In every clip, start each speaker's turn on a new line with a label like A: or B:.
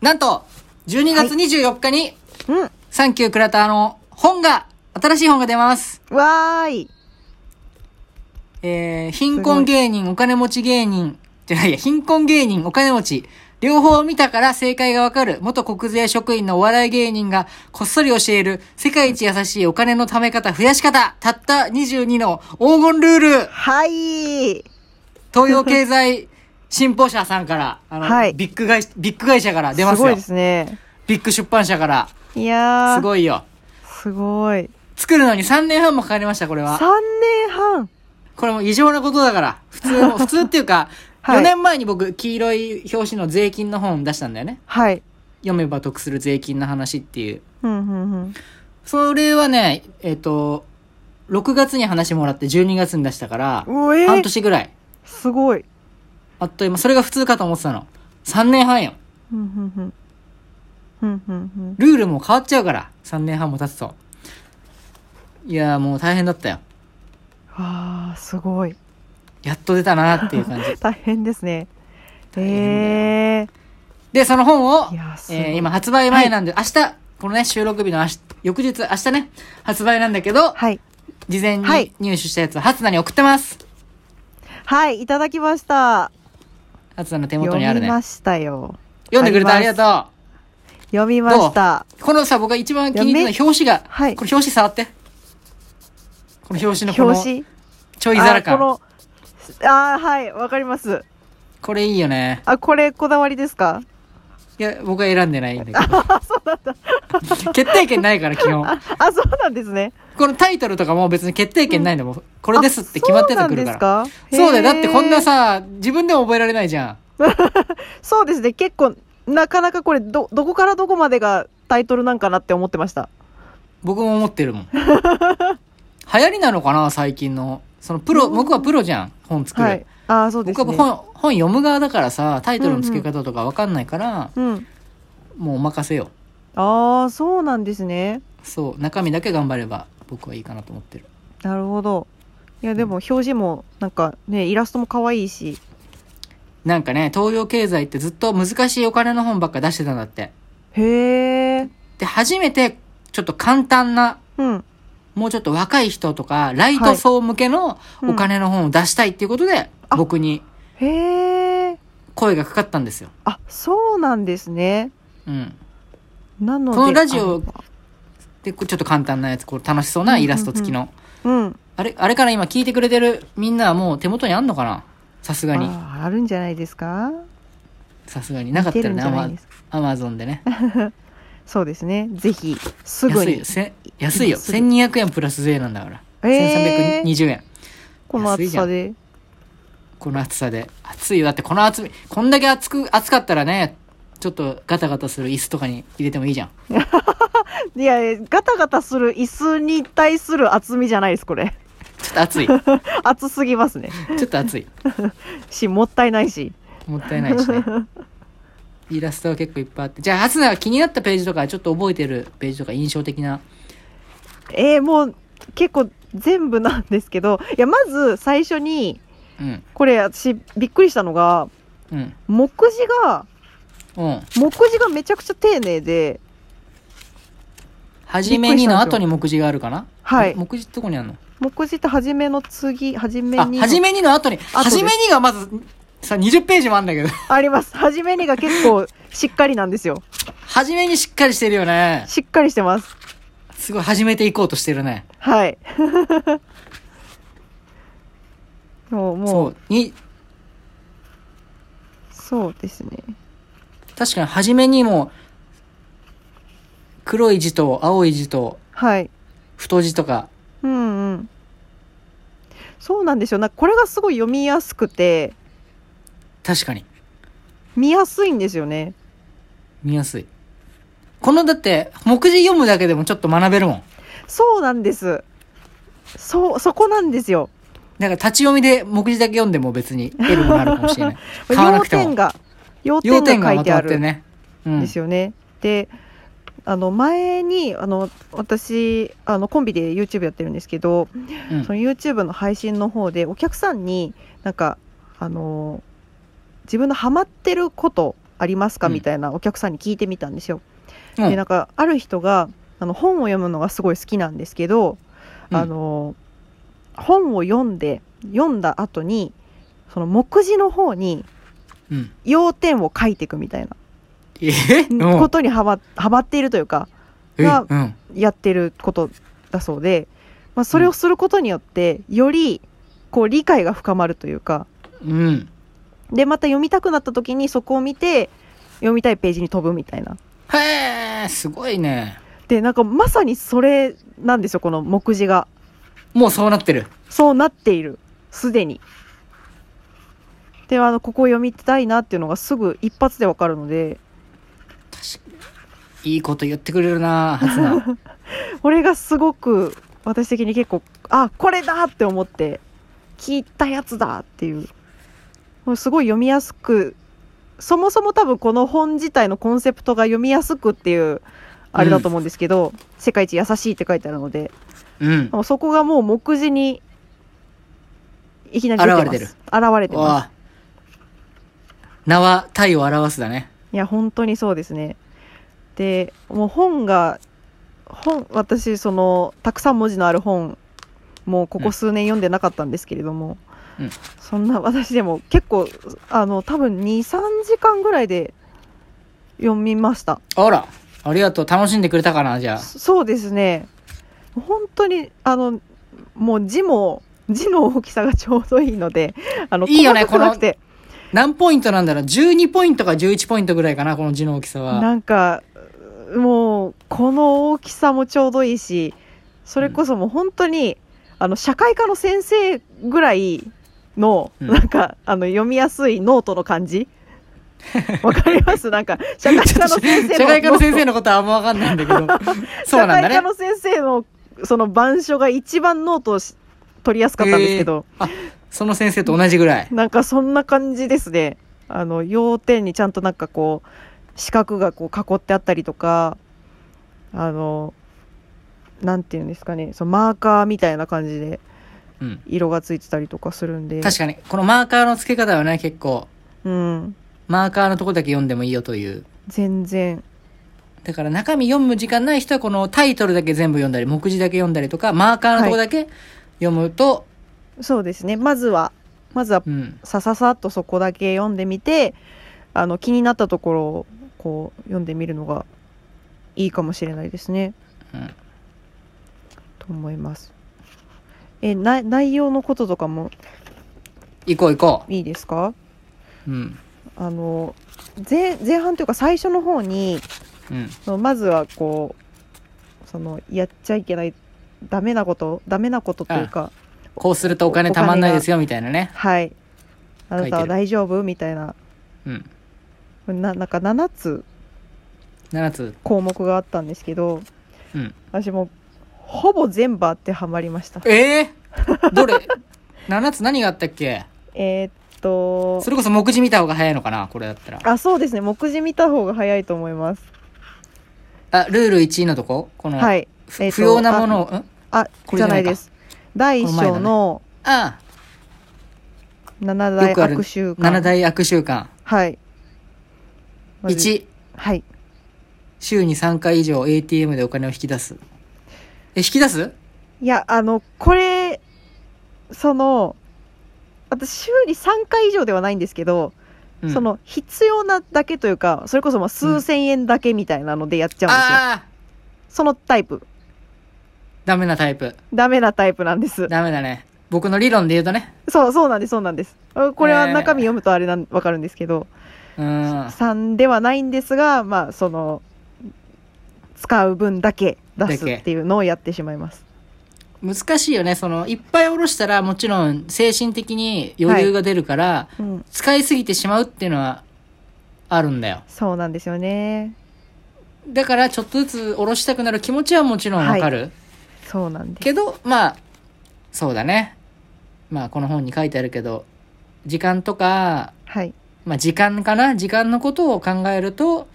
A: なんと、12月24日に、
B: うん。
A: サンキュー倉田の本が、新しい本が出ます。
B: わーい。
A: えー、貧困芸人、お金持ち芸人、じゃないや、貧困芸人、お金持ち、両方見たから正解がわかる、元国税職員のお笑い芸人がこっそり教える、世界一優しいお金の貯め方、増やし方、たった22の黄金ルール、
B: はい。
A: 東洋経 済新報社さんから、あの、
B: はい
A: ビッグ会社、ビッグ会社から出ますす
B: ごい
A: よ
B: で。すね。
A: ビッグ出版社から、
B: いやー。
A: す
B: い。
A: ごいよ。
B: すごい。
A: 作るのに3年半もかかりました、これ
B: 3
A: は。
B: 年半。
A: これも異常なことだから。普通 の、普通っていうか、
B: はい
A: 4年前に僕、黄色い表紙の税金の本出したんだよね。
B: はい。
A: 読めば得する税金の話っていう。
B: うん、うん、うん。
A: それはね、えっ、と、6月に話もらって12月に出したから、
B: うえー
A: 半年ぐらい。
B: すごい。
A: あっという間、それが普通かと思ってたの。3年半よ。
B: うん、うん、うん。うん、うん、うん。
A: ルールも変わっちゃうから、3年半も経つと。いやーもう大変だったよ。
B: わー、すごい。
A: やっと出たなっていう感じ。
B: 大変ですね。
A: 大変
B: えー。
A: で、その本を
B: いやー、すごい
A: えー今発売前なんで、明日、このね、収録日の明日、翌日、明日ね、発売なんだけど、
B: はい。
A: 事前に
B: はい
A: 入手したやつ、はつなに送ってます。
B: はい、いただきました。
A: はつなの手元
B: 読
A: にあるね
B: み。ましたよ。
A: 読んでくれたあ
B: あ
A: りが
B: ります
A: と
B: 読みました。
A: う。このさ、僕が一番気に入っ
B: い
A: てた表紙が、
B: はい
A: これ表紙触って。この表紙のこ
B: 表
A: の、
B: 紙
A: ちょい皿感。
B: あこのあーはいわかります
A: これいいよね。
B: あこれこだわりですか
A: いや、僕は選んでないんだけど。決定権ないから、基本。
B: あそうなんですね
A: このタイトルとかも別に決定権ないのもん、これですって決まってたくるから。
B: あ
A: そう
B: う
A: だ
B: な
A: よ。だ
B: んですか
A: ってこんな
B: へー
A: さ、自分でも覚えられないじゃん。
B: そうですね結構なかなかこれどどこからどこまでがタイトルなんかなって思ってました
A: 僕も思ってるも ん。流行りなのかな最近の。そのプロ、僕はプロじゃん。本作る。
B: はいああそうです
A: 僕
B: ね
A: は本、本読む側だからさ、タイトルの付け方とかわかんないから、
B: うん
A: もうお任せよ。
B: ああそうなんですね
A: そう、中身だけ頑張れば僕はいいかなと思ってる。
B: なるほどいやでも表紙もなんかねイラストも可愛いし
A: なんかね、東洋経済ってずっと難しいお金の本ばっか出してたんだって。
B: へえ
A: で、初めてちょっと簡単な、
B: うん
A: もうちょっと若い人とか、ライト層向けの
B: うん
A: お金の本を出したいっていうことで、
B: あ
A: 僕に
B: へえ
A: 声がかかったんですよ。
B: あそうなんですね
A: うん。
B: なので
A: このラジオ
B: あの
A: で、これちょっと簡単なやつ、これ楽しそうなイラスト付きの。
B: うん。
A: あれ、あれから今聞いてくれてるみんなはもう手元にあんのかなさすがに。
B: あーあるんじゃないですか
A: さすがに。なかったら
B: 見
A: ね、
B: て
A: ア
B: るんじゃな
A: マ
B: いですか
A: アマゾンでね。
B: そうですね。ぜひ、すぐ
A: 安い
B: に
A: よ。。せん安いよ。
B: 今すぐ
A: 1200円プラス税なんだから。
B: えー、
A: 1320円。
B: この
A: 安い
B: 暑
A: じゃん
B: さで。
A: この暑さで。暑いよ。だってこの厚み、こんだけ暑く、暑かったらね、ちょっとガタガタする椅子とかに入れてもいいじゃん。
B: いや、ガタガタする椅子に対する厚みじゃないです、これ。
A: ちょっと暑い。ちょ
B: 厚すぎますね。
A: っと暑い。
B: し、もったいないし。
A: もったいない しね。イラストは結構いっぱいあって。じゃあ、ハスナが気になったページとか、ちょっと覚えてるページとか、印象的な。
B: えー、もう、結構全部なんですけど、いや、まず最初に、
A: うん。
B: これ私びっくりしたのが、
A: うん。
B: 目次が、
A: うん。
B: 目次がめちゃくちゃ丁寧で、
A: はじめにの後に目次があるかな
B: はい
A: え目次ってどこにあるの
B: 目次って初めの次、初め
A: あ、
B: にの。
A: はじめにの後に。
B: す
A: はじめにがまず、さ、20ページもあんだけど。
B: あります。初めにが結構しっかりなんですよ。
A: はじめにしっかりしてるよね。
B: しっかりしてます。
A: すごい、始めていこうとしてるね。
B: はい。 もう、も、
A: そうう。に、
B: そうですね。
A: 確かにはじめにも、黒い字と青い字と
B: はい。
A: 太字とか。
B: うんうん。そうなんですよ。なんかこれがすごい読みやすくて、
A: 確かに。
B: 見やすいんですよね。
A: 見やすい。このだって、目次読むだけでもちょっと学べるもん。
B: そうなんです。そう、そこなんですよ。
A: だから立ち読みで目次だけ読んでも別に得るものあるかもしれ ない。買わな
B: 要
A: くて
B: 点
A: も。
B: が、要
A: 要点
B: 点が
A: が
B: 書い
A: まと
B: て
A: ま
B: あ
A: って
B: るん
A: ね。うん。
B: ですよね。で、あの、前に、あの、私、あの、コンビで YouTube やってるんですけど、
A: うん
B: その YouTube の配信の方でお客さんになんかあのー自分のハマってることありますか
A: うん
B: みたいなお客さんに聞いてみたんですよ。
A: うん
B: でなんかある人があの本を読むのがすごい好きなんですけど、
A: うん
B: あの本を読んで読んだ後にその目次の方に
A: うん。
B: 要点を書いていくみたいな
A: ええ
B: こ、とにはまはまっているというかが
A: うんえうん。
B: やってることだそうで、まあ、それをすることによってよりこう理解が深まるというか
A: うん。
B: でまた読みたくなった時にそこを見て読みたいページに飛ぶみたいな。
A: へえ、すごいね。
B: でなんかまさにそれなんですよこの目次が
A: もうそうなってる。
B: そうなっているすでに。であのここを読みたいなっていうのがすぐ一発でわかるので
A: いいこと言ってくれるな、初 菜。
B: これがすごく私的に結構あこれだって思って聞いたやつだっていうもうすごい読みやすくそもそも多分この本自体のコンセプトが読みやすくっていうあれだと思うんですけど「世界一優しい」って書いてあるので
A: うん。
B: もうそこがもう目次にいきなり出てます
A: 現れてる
B: 現れてます
A: わあ。名は体を表すだね。
B: いや本当にそうですねでもう本が本私そのたくさん文字のある本もうここ数年読んでなかったんですけれども、
A: うん
B: そんな私でも結構あの多分23時間ぐらいで読みました
A: あら、ありがとう。楽しんでくれたかな、じゃあ。
B: そうですね本当にあのもう字も字の大きさがちょうどいいのであの
A: いいよね
B: 細かくなくて
A: 何ポイントなんだろう ?12 ポイントか11ポイントぐらいかな、この字の大きさ は。
B: なんかもうこの大きさもちょうどいいしそれこそもう本当に、あの社会科の先生ぐらいの、
A: うん
B: なんかあの読みやすいノートの感 じわかりますなんか社会科の先生の
A: 社会科の先
B: ノー
A: 生のことはあんまわかんないんだけど。
B: ト
A: そうなんだ
B: 社会科
A: ね。
B: の先生のその板書が一番ノートをし取りやすかったんですけど、
A: その先生と同じぐらい。
B: なんかそんな感じですね。あの要点にちゃんとなんかこう四角がこう囲ってあったりとか、あのなんていうんですかね、そのマーカーみたいな感じで
A: うん。
B: 色がついてたりとかするんで、
A: 確かに、このマーカーの付け方はね、結構、
B: うん、
A: マーカーのとこだけ読んでもいいよという。
B: 全然
A: だから中身読む時間ない人はこのタイトルだけ全部読んだり、目次だけ読んだりとか、マーカーのとこだけ読むと、
B: そうですね。まずはまずは
A: うん。
B: さささっとそこだけ読んでみて、あの気になったところをこう読んでみるのがいいかもしれないですね。
A: うん
B: と思います。えな内容のこととかも
A: 行こう行こ
B: いいですか
A: う。うん。
B: あの前前半というか最初の方に
A: うん。
B: そのまずはこうそのやっちゃいけないダメなことダメなことというか
A: こうするとお金たまんないですよ、みたいなね。
B: はいあなた
A: 書いて
B: は
A: る
B: 大丈夫みたいな
A: うん。
B: ななんか7つ
A: 7つ。
B: 項目があったんですけど、
A: うん
B: 私もうほぼ全部あってはまりました
A: ええどれ ?7 つ何があったっけ
B: えーっと
A: それこそ目次見た方が早いのかなこれだったら。
B: あそうですね目次見た方が早いと思います、
A: あ、ルール1のとここの、
B: はい
A: ふ
B: えーと
A: 不要なものを、ん
B: あ
A: これ
B: じ
A: じ
B: ゃ
A: ゃな
B: ないい
A: か
B: です第1章の
A: ああ、
B: 7大
A: よくある
B: 悪習慣
A: 7大悪習慣。
B: はい。まず
A: 1、
B: はい。
A: 週に3回以上 ATM でお金を引き出す。え、引き出す
B: いや、あの、これ、その、私、修理3回以上ではないんですけど、
A: うん
B: そ、の、必要なだけというか、それこそまあ数千円だけみたいなのでやっちゃうんですよ。
A: ああ、
B: そのタイプ。
A: ダメなタイプ。
B: ダメなタイプな んです。
A: ダメだね。僕の理論で言うとね。
B: そう、そうなんです、そうなんです。あこれは
A: えー
B: 中身読むとあれなん、わかるんですけど、
A: うーん。
B: 3ではないんですが、まあ、その、使う分だけ出すっていうのをやってしまいます。
A: 難しいよね。その、いっぱいおろしたらもちろん精神的に余裕が出るから、
B: うん。
A: 使いすぎてしまうっていうのはあるんだよ。
B: そうなんですよね。
A: だからちょっとずつ下ろしたくなる気持ちはもちろんわかる、
B: そうなんです。
A: けどまあそうだねまあこの本に書いてあるけど時間とか
B: はい。
A: まあ時間かな時間のことを考えると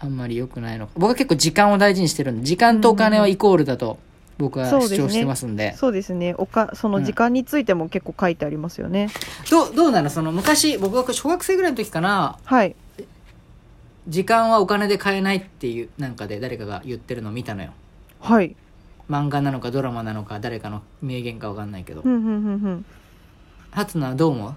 A: あんまり良くないのか僕は結構時間を大事にしてるんで時間とお金はイコールだと僕は
B: そうです
A: 主
B: ね
A: 張してますんで,、
B: そうですね。おか、その時間についても結構書いてありますよね。
A: どうどうなのその昔僕が小学生ぐらいの時かな
B: はい。
A: 時間はお金で買えないっていうなんかで誰かが言ってるのを見たのよ
B: はい。
A: 漫画なのかドラマなのか誰かの名言かわかんないけど
B: うんうんうん
A: 初菜はどう思う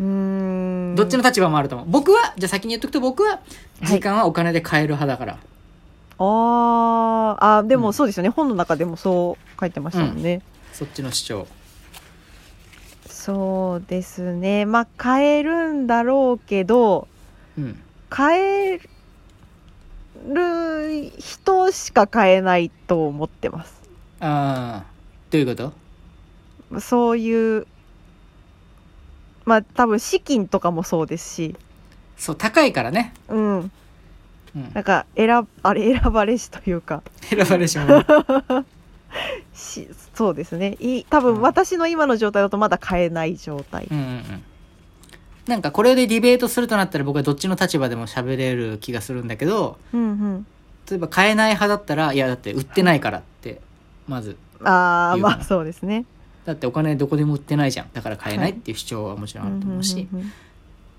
B: うん。うーん。
A: どっちの立場もあると思う僕はじゃあ先に言っとくと僕は
B: はい
A: 時間はお金で買える派だから、
B: あーあー、で
A: う
B: も
A: ん
B: そうですよね。本の中でもそう書いてましたもんね。
A: そっちの主張
B: そうですね。まあ、変えるんだろうけど、
A: うん
B: 変える人しか変えないと思ってます。
A: ああどういうこと
B: そういう、まあ、多分資金とかもそうですし、
A: そう高いからね、
B: うん。
A: うん
B: な、んか、選、あれ、 選ばれしというか、
A: 選ばれし者
B: し、そうですね。い多分私の今の状態だとまだ変えない状態
A: う。んうんうんなんかこれでディベートするとなったら僕はどっちの立場でも喋れる気がするんだけど
B: うん
A: 例えば買えない派だったらいやだって売ってないからってまず
B: うん。ああ、
A: 言うかな
B: まあ、そうですね。
A: だってお金どこでも売ってないじゃんだから買えないっていう主張はもちろんあると思うし、
B: うんうんうんうん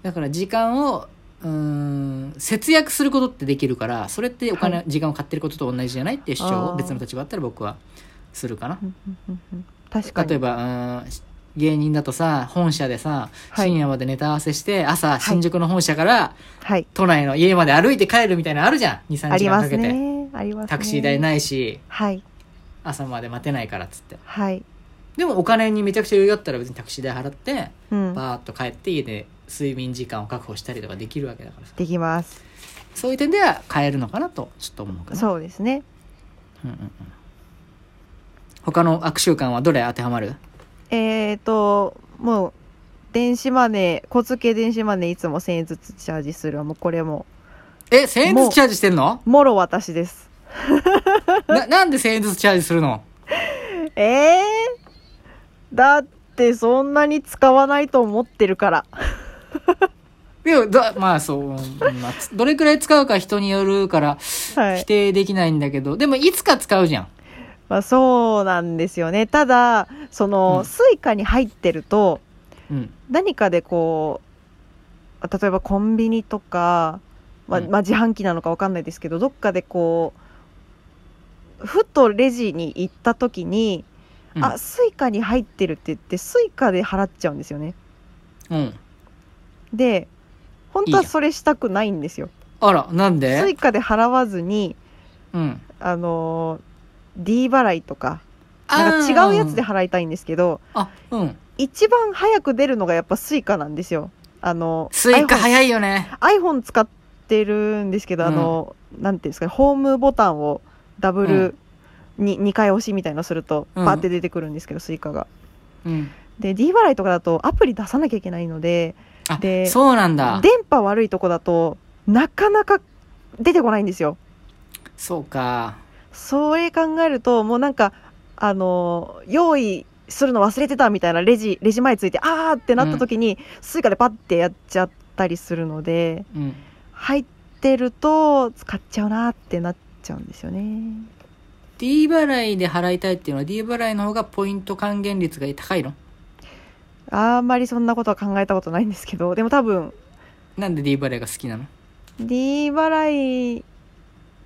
A: だから時間をうーん節約することってできるからそれってお金、
B: はい
A: 時間を買ってることと同じじゃないっていう主張
B: あ
A: を
B: ー
A: 別の立場だったら僕はするかな
B: うんうんうん確かに。
A: 例えばうーん芸人だとさ本社でさ
B: はい
A: 深夜までネタ合わせして、朝
B: い
A: 新宿の本社から
B: はい。
A: 都内の家まで歩いて帰るみたいなのあるじゃん23
B: あ
A: 時
B: り
A: 間か
B: ます
A: けて、
B: ね。ありますね。
A: タクシー代
B: い。
A: ないし
B: はい。
A: 朝まで待てないからっつって
B: はい。
A: でもお金にめちゃくちゃ余裕だったら別にタクシー代払って
B: うん。
A: バーッと帰って家で睡眠時間を確保したりとかできるわけだからさ
B: できます。
A: そういう点では変えるのかなとちょっと思うかな
B: そうですね。
A: うんうんうん他の悪習慣はどれ当てはまる
B: えっ、と、もう、電子マネー、小付け電子マネーいつも1000円ずつチャージするは、もうこれも、
A: え1000円
B: も
A: ず
B: う
A: つチャージしてんの
B: もろ私です。
A: ななんで1000円ずつチャージするの
B: ええー、だってそんなに使わないと思ってるから。
A: いやだまあそう、うんまあつどれくらい使うか人によるから
B: は
A: 否
B: い。
A: 定できないんだけど、でもいつか使うじゃん
B: まあそうなんですよね。ただ、その、
A: うん
B: スイカに入ってると、
A: うん
B: 何かでこう例えばコンビニとか、まあ
A: うん
B: まあ、自販機なのかわかんないですけどどっかでこうふとレジに行った時に、
A: うん
B: あスイカに入ってるって言ってスイカで払っちゃうんですよね
A: うん
B: で本当
A: いい
B: は
A: じゃん
B: それしたくないんですよ
A: あらなん
B: スイ
A: で
B: カで払わずに
A: うん
B: あのー D 払いとかなん
A: あ
B: か
A: ー
B: 違うやつで払いたいんですけど
A: あうん
B: 一番早く出るのがやっぱスイカなんですよあの
A: スイカ
B: iPhone
A: 早いよね
B: iPhone 使ってるんですけど、
A: うん
B: あの、なんていうんですかね、ホームボタンをダブルに、2回押しみたいのすると、
A: うん
B: バーって出てくるんですけど、スイカが。
A: うん
B: で、D 払いとかだとアプリ出さなきゃいけないので、
A: あ
B: で
A: そうなんだ
B: 電波悪いとこだとなかなか出てこないんですよ。
A: そうか
B: それ考えると、もうなんか、あの、用意するの忘れてたみたいなレジ、レジ前ついて、あーってなった時に、スイカでパッてやっちゃったりするので、
A: うん
B: 入ってると使っちゃうなってなっちゃうんですよね
A: D 払いで払いたいっていうのは D 払いの方がポイント還元率が高いの
B: あんまりそんなことは考えたことないんですけどでも多分
A: なんで D 払いが好きなの
B: D 払い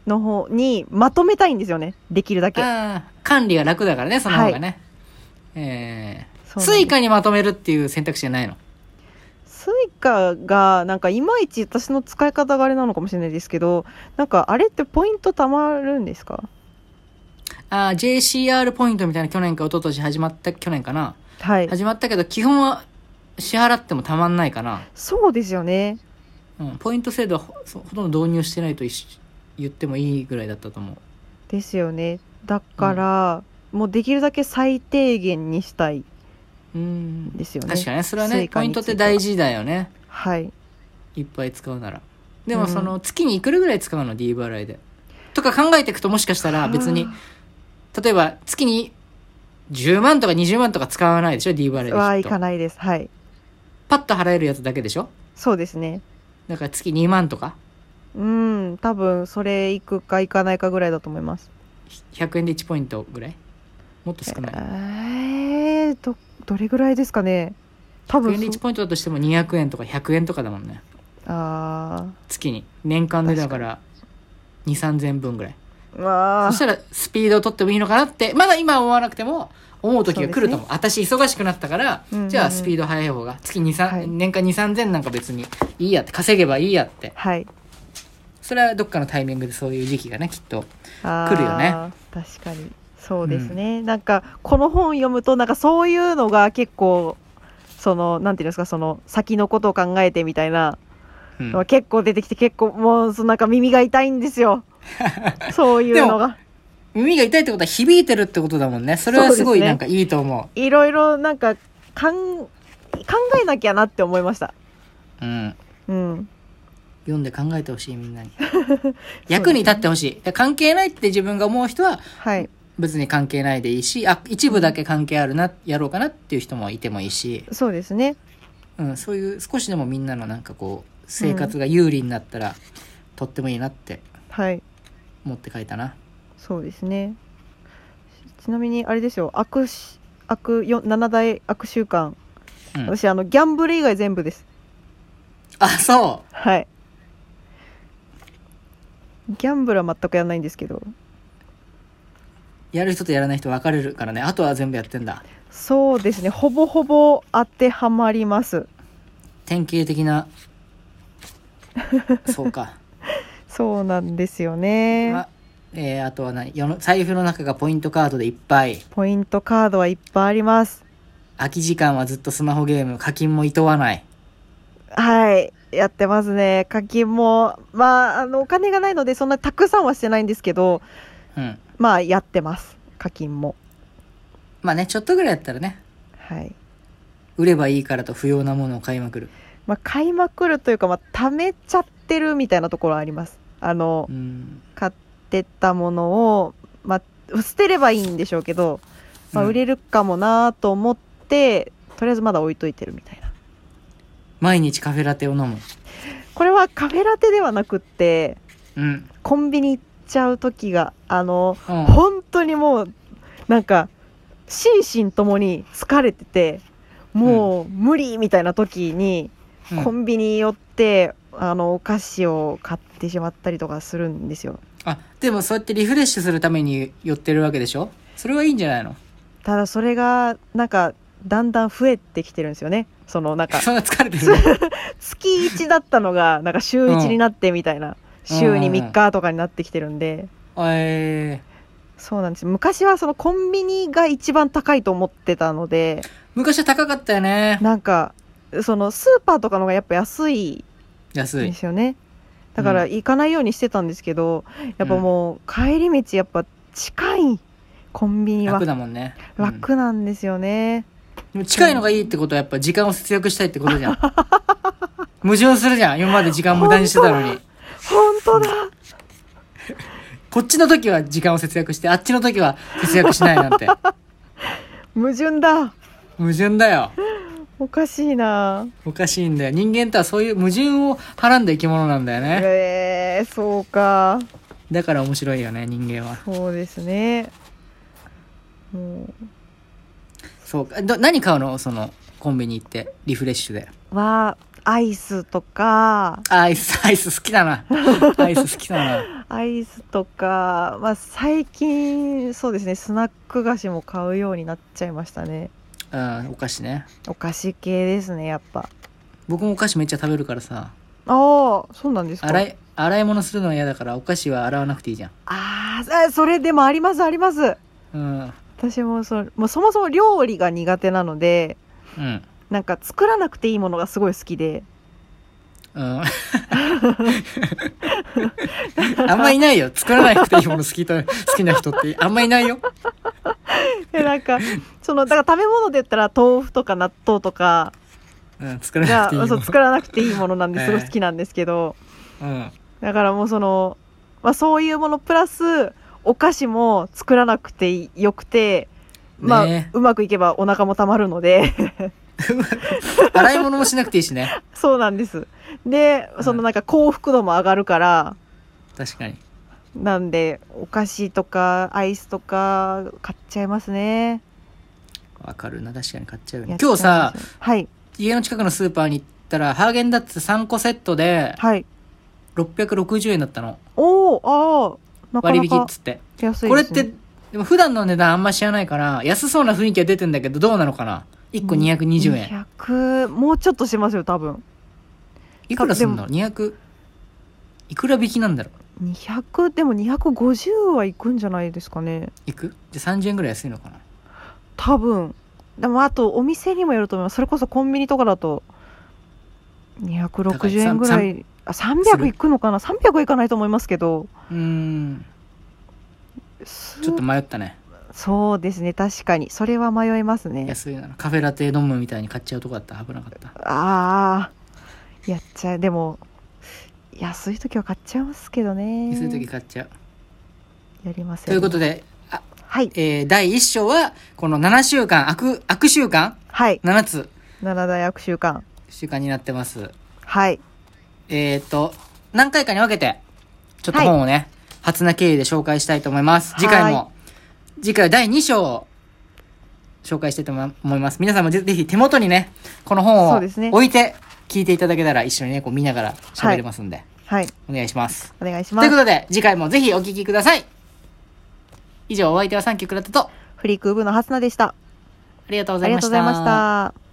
B: の方にまとめたいんですよねできるだけ
A: ああ管理が楽だからねその方がね、えー、
B: そう
A: ス
B: な
A: イ
B: んです
A: カにまとめるっていう選択肢じゃないの
B: スイカがなんかいまいち私の使い方があれなのかもしれないですけどなんかあれってポイントたまるんですか
A: ああ JCR ポイントみたいな去年か一昨年始まった去年かな
B: はい
A: 始まったけど基本は支払ってもたまんないかな、
B: そうですよね
A: うん、ポイント制度はほそほとんど導入してないと一緒言ってもいいぐらいだったと思う
B: ですよねだから、もうできるだけ最低限にしたい
A: うん
B: ですよね
A: 確かにねそれは
B: ス
A: ね
B: イ
A: ポ
B: カ
A: イ
B: に
A: ントっ
B: つい
A: て
B: ては
A: 大事だよね
B: はい
A: いっぱい使うならでも
B: うん
A: その月にいくらぐらい使うの D 払いでとか考えていくともしかしたら別に
B: は
A: 例えば月に10万とか20万とか使わないでしょ D 払いで
B: は
A: きっ
B: い
A: と
B: かないですはい
A: パッと払えるやつだけでしょ
B: そうですね
A: だから月2万とか
B: うん多分それ行くか行かないかぐらいだと思います
A: 100円で1ポイントぐらいもっと少
B: え
A: ない
B: ー、どどれぐらいですかね多
A: 100
B: 分
A: 円で
B: そ
A: 1ポイントだとしても200円とか100円とかだもんね
B: あ
A: 月に年間でだから2 3千分ぐらい
B: あ
A: そ
B: まあ
A: したらスピードを取ってもいいのかなってまだ今は思わなくても思う時が来ると思う私忙しくなったから、
B: うんうんうん
A: じゃあスピード速い方が月2 3、
B: はい
A: 年間2 3千なんか別にいいやって稼げばいいやって
B: はい
A: それはどっかのタイミングでそういう時期がねきっと
B: あー
A: 来るよね
B: 確かにそうですね、なんかこの本読むとなんかそういうのが結構そのなんていうんですかその先のことを考えてみたいな
A: うん
B: のが結構出てきて結構もうそのなんか耳が痛いんで すよそういうのが
A: 耳が痛いってことは響いてるってことだもんねそれはすごいなんかいいと思
B: いろいろなんかかん考えなきゃなって思いました
A: ううん
B: うん
A: 読んで考えてほしいみんな に役に立ってほしいで関係ないって自分が思う人は
B: はい
A: 別に関係ないでいいしあ一部だけ関係あるなやろうかなっていう人もいてもいいし、
B: そうですね
A: うん、そういう少しでもみんなのなんかこう生活が有利になったら、とってもいいなって
B: はい
A: 思って書いたな
B: そうですねちなみにあれですよ悪し悪よ7大悪習慣、
A: うん
B: 私あのギャンブル以外全部です
A: あそ
B: はいギャンブルは全くやらないんですけど
A: うやる人とやらない人分かれるからねあとは全部やってんだ
B: そうですねほぼほぼ当てはまります
A: 典型的なそうか
B: そうなんですよね、
A: まえーあとは何世の財布の中がポイントカードでいっぱい
B: ポイントカードはいっぱいあります
A: 空き時間はずっとスマホゲーム課金もいとわない
B: はいやってますね課金もまああのお金がないのでそんなたくさんはしてないんですけど
A: うん
B: まあやってます課金も
A: まあねちょっとぐらいやったらね
B: はい
A: 売ればいいからと不要なものを買いまくる
B: まあ、買いまくるというか、まあ、貯めちゃってるみたいなところはあります。あの
A: う、ん
B: 買ってたものを、まあ、捨てればいいんでしょうけど、まあ、
A: うん
B: 売れるかもなと思って、とりあえずまだ置いといてるみたいな。
A: 毎日カフェラテを飲む
B: これはカフェラテではなくって、
A: うん、うん、
B: コンビニ行っちゃう時が、あの、本当にもう、なんか、心身ともに疲れてて、もう無理みたいな時に、
A: うん
B: コンビニ寄ってあのお菓子を買ってしまったりとかするんですよ
A: あでもそうやってリフレッシュするために寄ってるわけでしょそれはいいんじゃないの
B: ただそれがなんかだんだん増えてきてるんですよねそ のなんか
A: そんな疲れてるの
B: 月1だったのがなんか週1になってみたいな、週に3日とかになってきてるんで
A: えー
B: そうなんです昔はそのコンビニが一番高いと思ってたので
A: 昔は高かったよね
B: なんかそのスーパーとかの方がやっぱ安い
A: 安
B: で
A: い
B: すよねだから
A: う
B: 行かないようにしてたんですけど、やっぱもう帰り道やっぱ近いコンビニは
A: 楽だもんね、うん
B: 楽なんですよね、
A: でも近いのがいいってことはやっぱ時間を節約したいってことじゃん 矛盾するじゃん今まで時間無駄にしてたの
B: 本
A: に
B: 本当だ
A: こっちの時は時間を節約してあっちの時は節約しないなんて
B: 矛盾だ
A: 矛盾だよ
B: おかしいな
A: おかしいんだよ人間とはそういう矛盾をはらんだ生き物なんだよね
B: えー、そうか
A: だから面白いよね人間は
B: そうですねも
A: そうかど何買うのそのコンビニ行ってリフレッシュで
B: うはアイスとか
A: アイスアイス好きだ なアイス好きだな
B: アイスとか、まあ、最近そうですねスナック菓子も買うようになっちゃいましたね
A: うんお菓子ね
B: お菓子系ですねやっぱ
A: 僕もお菓子めっちゃ食べるからさ
B: ああそうなんですか
A: 洗い洗い物するのは嫌だからお菓子は洗わなくていいじゃん
B: あーあそれでもありますあります
A: うん
B: 私もそもうそもそも料理が苦手なので
A: うん
B: なんか作らなくていいものがすごい好きで
A: うん あんまいないよ。作らなくていいもの好きと、好きな人って、あんまいないよ。
B: でなんかそのだから食べ物で言ったら豆腐とか納豆とか
A: うん、作らな く
B: が
A: ていいもの
B: そう作らなくていいものなん
A: え
B: で
A: え
B: すごい好きなんですけど、
A: うん。
B: だからもうその、まあ、そういうものプラスお菓子も作らなくていいよくて、まあ
A: ね
B: うまくいけばお腹もたまるので
A: 洗い物もしなくていいしね。
B: そうなんですでそのなんか幸福度も上がるから
A: 確かに。
B: なんでお菓子とかアイスとか買っちゃいますね
A: わかるな。確かに買っちゃうよ
B: や
A: ね
B: っ。ちゃい
A: 今
B: ま
A: 日
B: す
A: さ、
B: はい
A: 家の近くのスーパーにったら、ハーゲンダッツ3個セットで、
B: はい。
A: 660円だったの。
B: おお、ああ、なか
A: 割
B: な
A: 引
B: か
A: っつって。
B: 安いです、ね。
A: これって、でも普段の値段あんま知らないから、安そうな雰囲気は出てんだけど、どうなのかな ?1 個220円。
B: 200、もうちょっとしますよ、多分。
A: いくらすんだろう ?200。いくら引きなんだろう
B: 200、でも250はいくんじゃないですかね。
A: いくじゃあ30円ぐらい安いのかな
B: 多分。でも、あと、お店にもよると思います。それこそコンビニとかだと、260円ぐらい。あ、
A: する
B: 300いくのかな ?300 はいかないと思いますけど。
A: うーん。
B: す
A: ちょっと迷ったね。
B: そうですね、確かに。それは迷いますね。
A: 安いなの。カフェラテ飲むみたいに買っちゃうとこだった。危なかった。
B: ああ、やっちゃう。でも、安い時は買っちゃいますけどね。
A: 安い時買っちゃう。
B: やります
A: ということで、あ
B: はい。
A: えー第1章は、この7週間、悪、悪週間
B: はい。
A: ?7 つ
B: 七大悪習慣。
A: 週間になってます。
B: はい。
A: えっ、と、何回かに分けて、ちょっと本をね、初な経緯で紹介したいと思います。次回
B: は
A: も、次回は第2章を紹介したいと思います。皆さんもぜぜひ手元にね、この本を
B: そうですね
A: 置いて聞いていただけたら一緒にね、こう見ながら喋れますんで、
B: はい。
A: お願いします。
B: お願いし
A: と
B: ま
A: いうこ
B: す。
A: とで、次回もぜひお聞きください。以上、お相手はサンキュークラットと、あ
B: フリークーブのハスナでした。
A: りがとうご
B: あ
A: ざい
B: りが
A: ま
B: とう
A: し。
B: ございましたた。